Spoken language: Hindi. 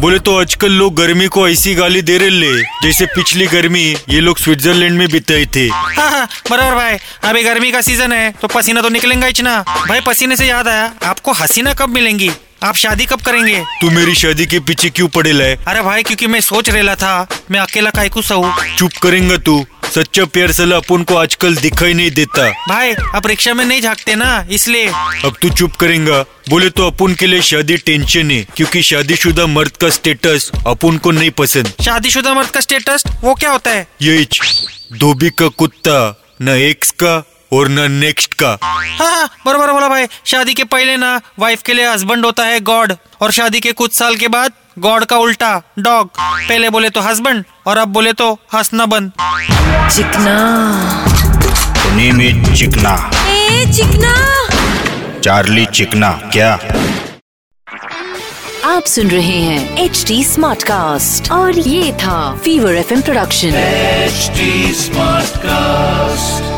बोले तो आजकल लोग गर्मी को ऐसी गाली दे रहे ले जैसे पिछली गर्मी ये लोग स्विट्जरलैंड में बिताई थी हाँ, हाँ, बराबर भाई अभी गर्मी का सीजन है तो पसीना तो निकलेगा ही ना भाई पसीने से याद आया आपको हसीना कब मिलेंगी आप शादी कब करेंगे तू मेरी शादी के पीछे क्यों पड़े लाए अरे भाई क्योंकि मैं सोच रहा था मैं अकेला कायकू सा हूँ चुप करेंगा तू सच्चा प्यार साला अपन को आजकल दिखाई नहीं देता भाई आप रिक्शा में नहीं झाँकते ना इसलिए अब तू चुप करेंगा बोले तो अपन के लिए शादी टेंशन है क्योंकि शादीशुदा मर्द का स्टेटस अपन को नहीं पसंद शादीशुदा मर्द का स्टेटस वो क्या होता है ये धोबी का कुत्ता न एक्स का और न नेक्स्ट का हाँ हाँ, बराबर बोला भाई शादी के पहले ना वाइफ के लिए हस्बैंड होता है गॉड और शादी के कुछ साल के बाद गॉड का उल्टा डॉग पहले बोले तो हस्बैंड और अब बोले तो हंसना बंद चिकना द नेम इज चिकना ए चिकना चार्ली चिकना क्या आप सुन रहे हैं एच डी स्मार्ट कास्ट और ये था fever F production HD Smartcast.